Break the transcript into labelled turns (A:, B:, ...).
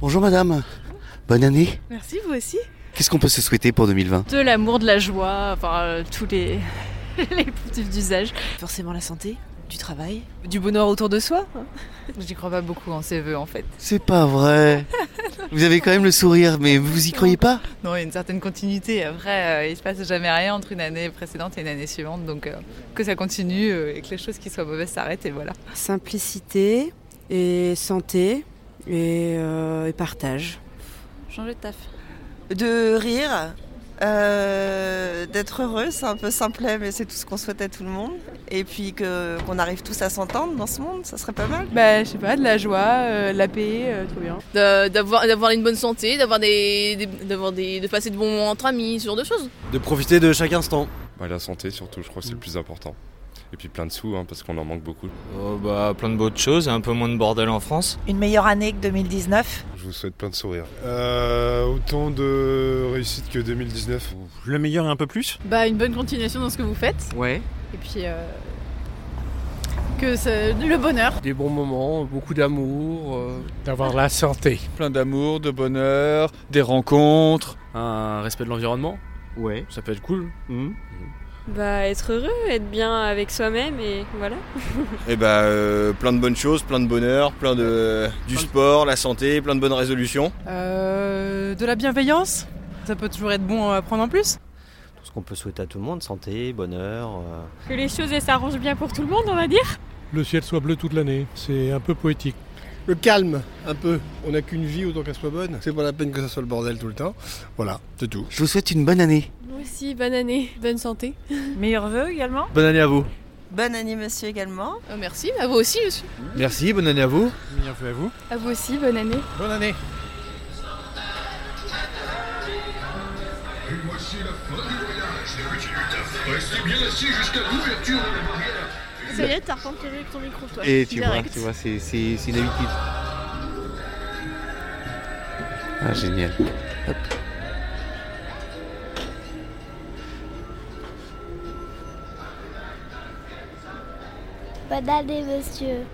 A: Bonjour madame, bonne année.
B: Merci, vous aussi.
A: Qu'est-ce qu'on peut se souhaiter pour 2020
B: De l'amour, de la joie, enfin euh, tous les, les petits usages.
C: Forcément la santé, du travail.
B: Du bonheur autour de soi.
D: hein. J'y crois pas beaucoup en ces vœux en fait.
A: C'est pas vrai. Vous avez quand même le sourire, mais vous y croyez pas
D: Non, il y a une certaine continuité. Après, euh, il se passe jamais rien entre une année précédente et une année suivante. Donc euh, que ça continue euh, et que les choses qui soient mauvaises s'arrêtent et voilà.
C: Simplicité et santé et, euh, et partage.
D: Changer de taf.
E: de rire, euh, d'être heureux, c'est un peu simplet, mais c'est tout ce qu'on souhaite à tout le monde. Et puis que- qu'on arrive tous à s'entendre dans ce monde, ça serait pas mal.
D: Bah, je sais pas, de la joie, euh, de la paix, tout bien.
F: D'a- d'avoir d'avoir une bonne santé, d'avoir des, des- d'avoir des de passer de bons moments entre amis, ce genre de choses.
G: De profiter de chaque instant.
H: Bah, la santé surtout, je
I: Mm.
H: crois que c'est le plus important. Et puis plein de sous, hein, parce qu'on en manque beaucoup.
J: Oh, bah, plein de bonnes choses, un peu moins de bordel en France.
K: Une meilleure année que 2019.
H: Je vous souhaite plein de sourires.
G: Euh, autant de réussite que 2019.
J: Le meilleur et un peu plus
D: Bah, une bonne continuation dans ce que vous faites.
J: Ouais.
D: Et puis euh, que le bonheur.
I: Des bons moments, beaucoup d'amour.
L: D'avoir la santé.
I: Plein d'amour, de bonheur, des rencontres.
L: Un respect de l'environnement,
J: Ouais.
L: ça peut être cool.
B: Bah, être heureux, être bien avec soi-même et voilà.
G: Et bah, euh, plein de bonnes choses, plein de bonheur, plein de du sport, la santé, plein de bonnes résolutions.
D: Euh, de la bienveillance. Ça peut toujours être bon à prendre en plus.
M: Tout ce qu'on peut souhaiter à tout le monde, santé, bonheur. euh,
B: Que les choses elles s'arrangent bien pour tout le monde, on va dire.
L: Le ciel soit bleu toute l'année, c'est un peu poétique.
I: Le calme, un peu. On n'a qu'une vie autant qu'elle soit bonne. C'est pas la peine que ça soit le bordel tout le temps. Voilà, c'est tout.
A: Je vous souhaite une bonne année.
B: Moi aussi, bonne année, bonne santé.
K: Meilleur vœu également.
I: Bonne année à vous.
E: Bonne année, monsieur, également.
F: Euh, merci, à vous aussi monsieur.
I: Merci, bonne année à vous.
L: à vous.
B: À vous aussi, bonne année.
I: Bonne année.
B: Ça y est, t'as retenté avec ton micro, toi.
A: Et tu vois, tu vois, c'est, c'est, c'est une habitude. Ah génial. Hop.
N: Bonne année, monsieur.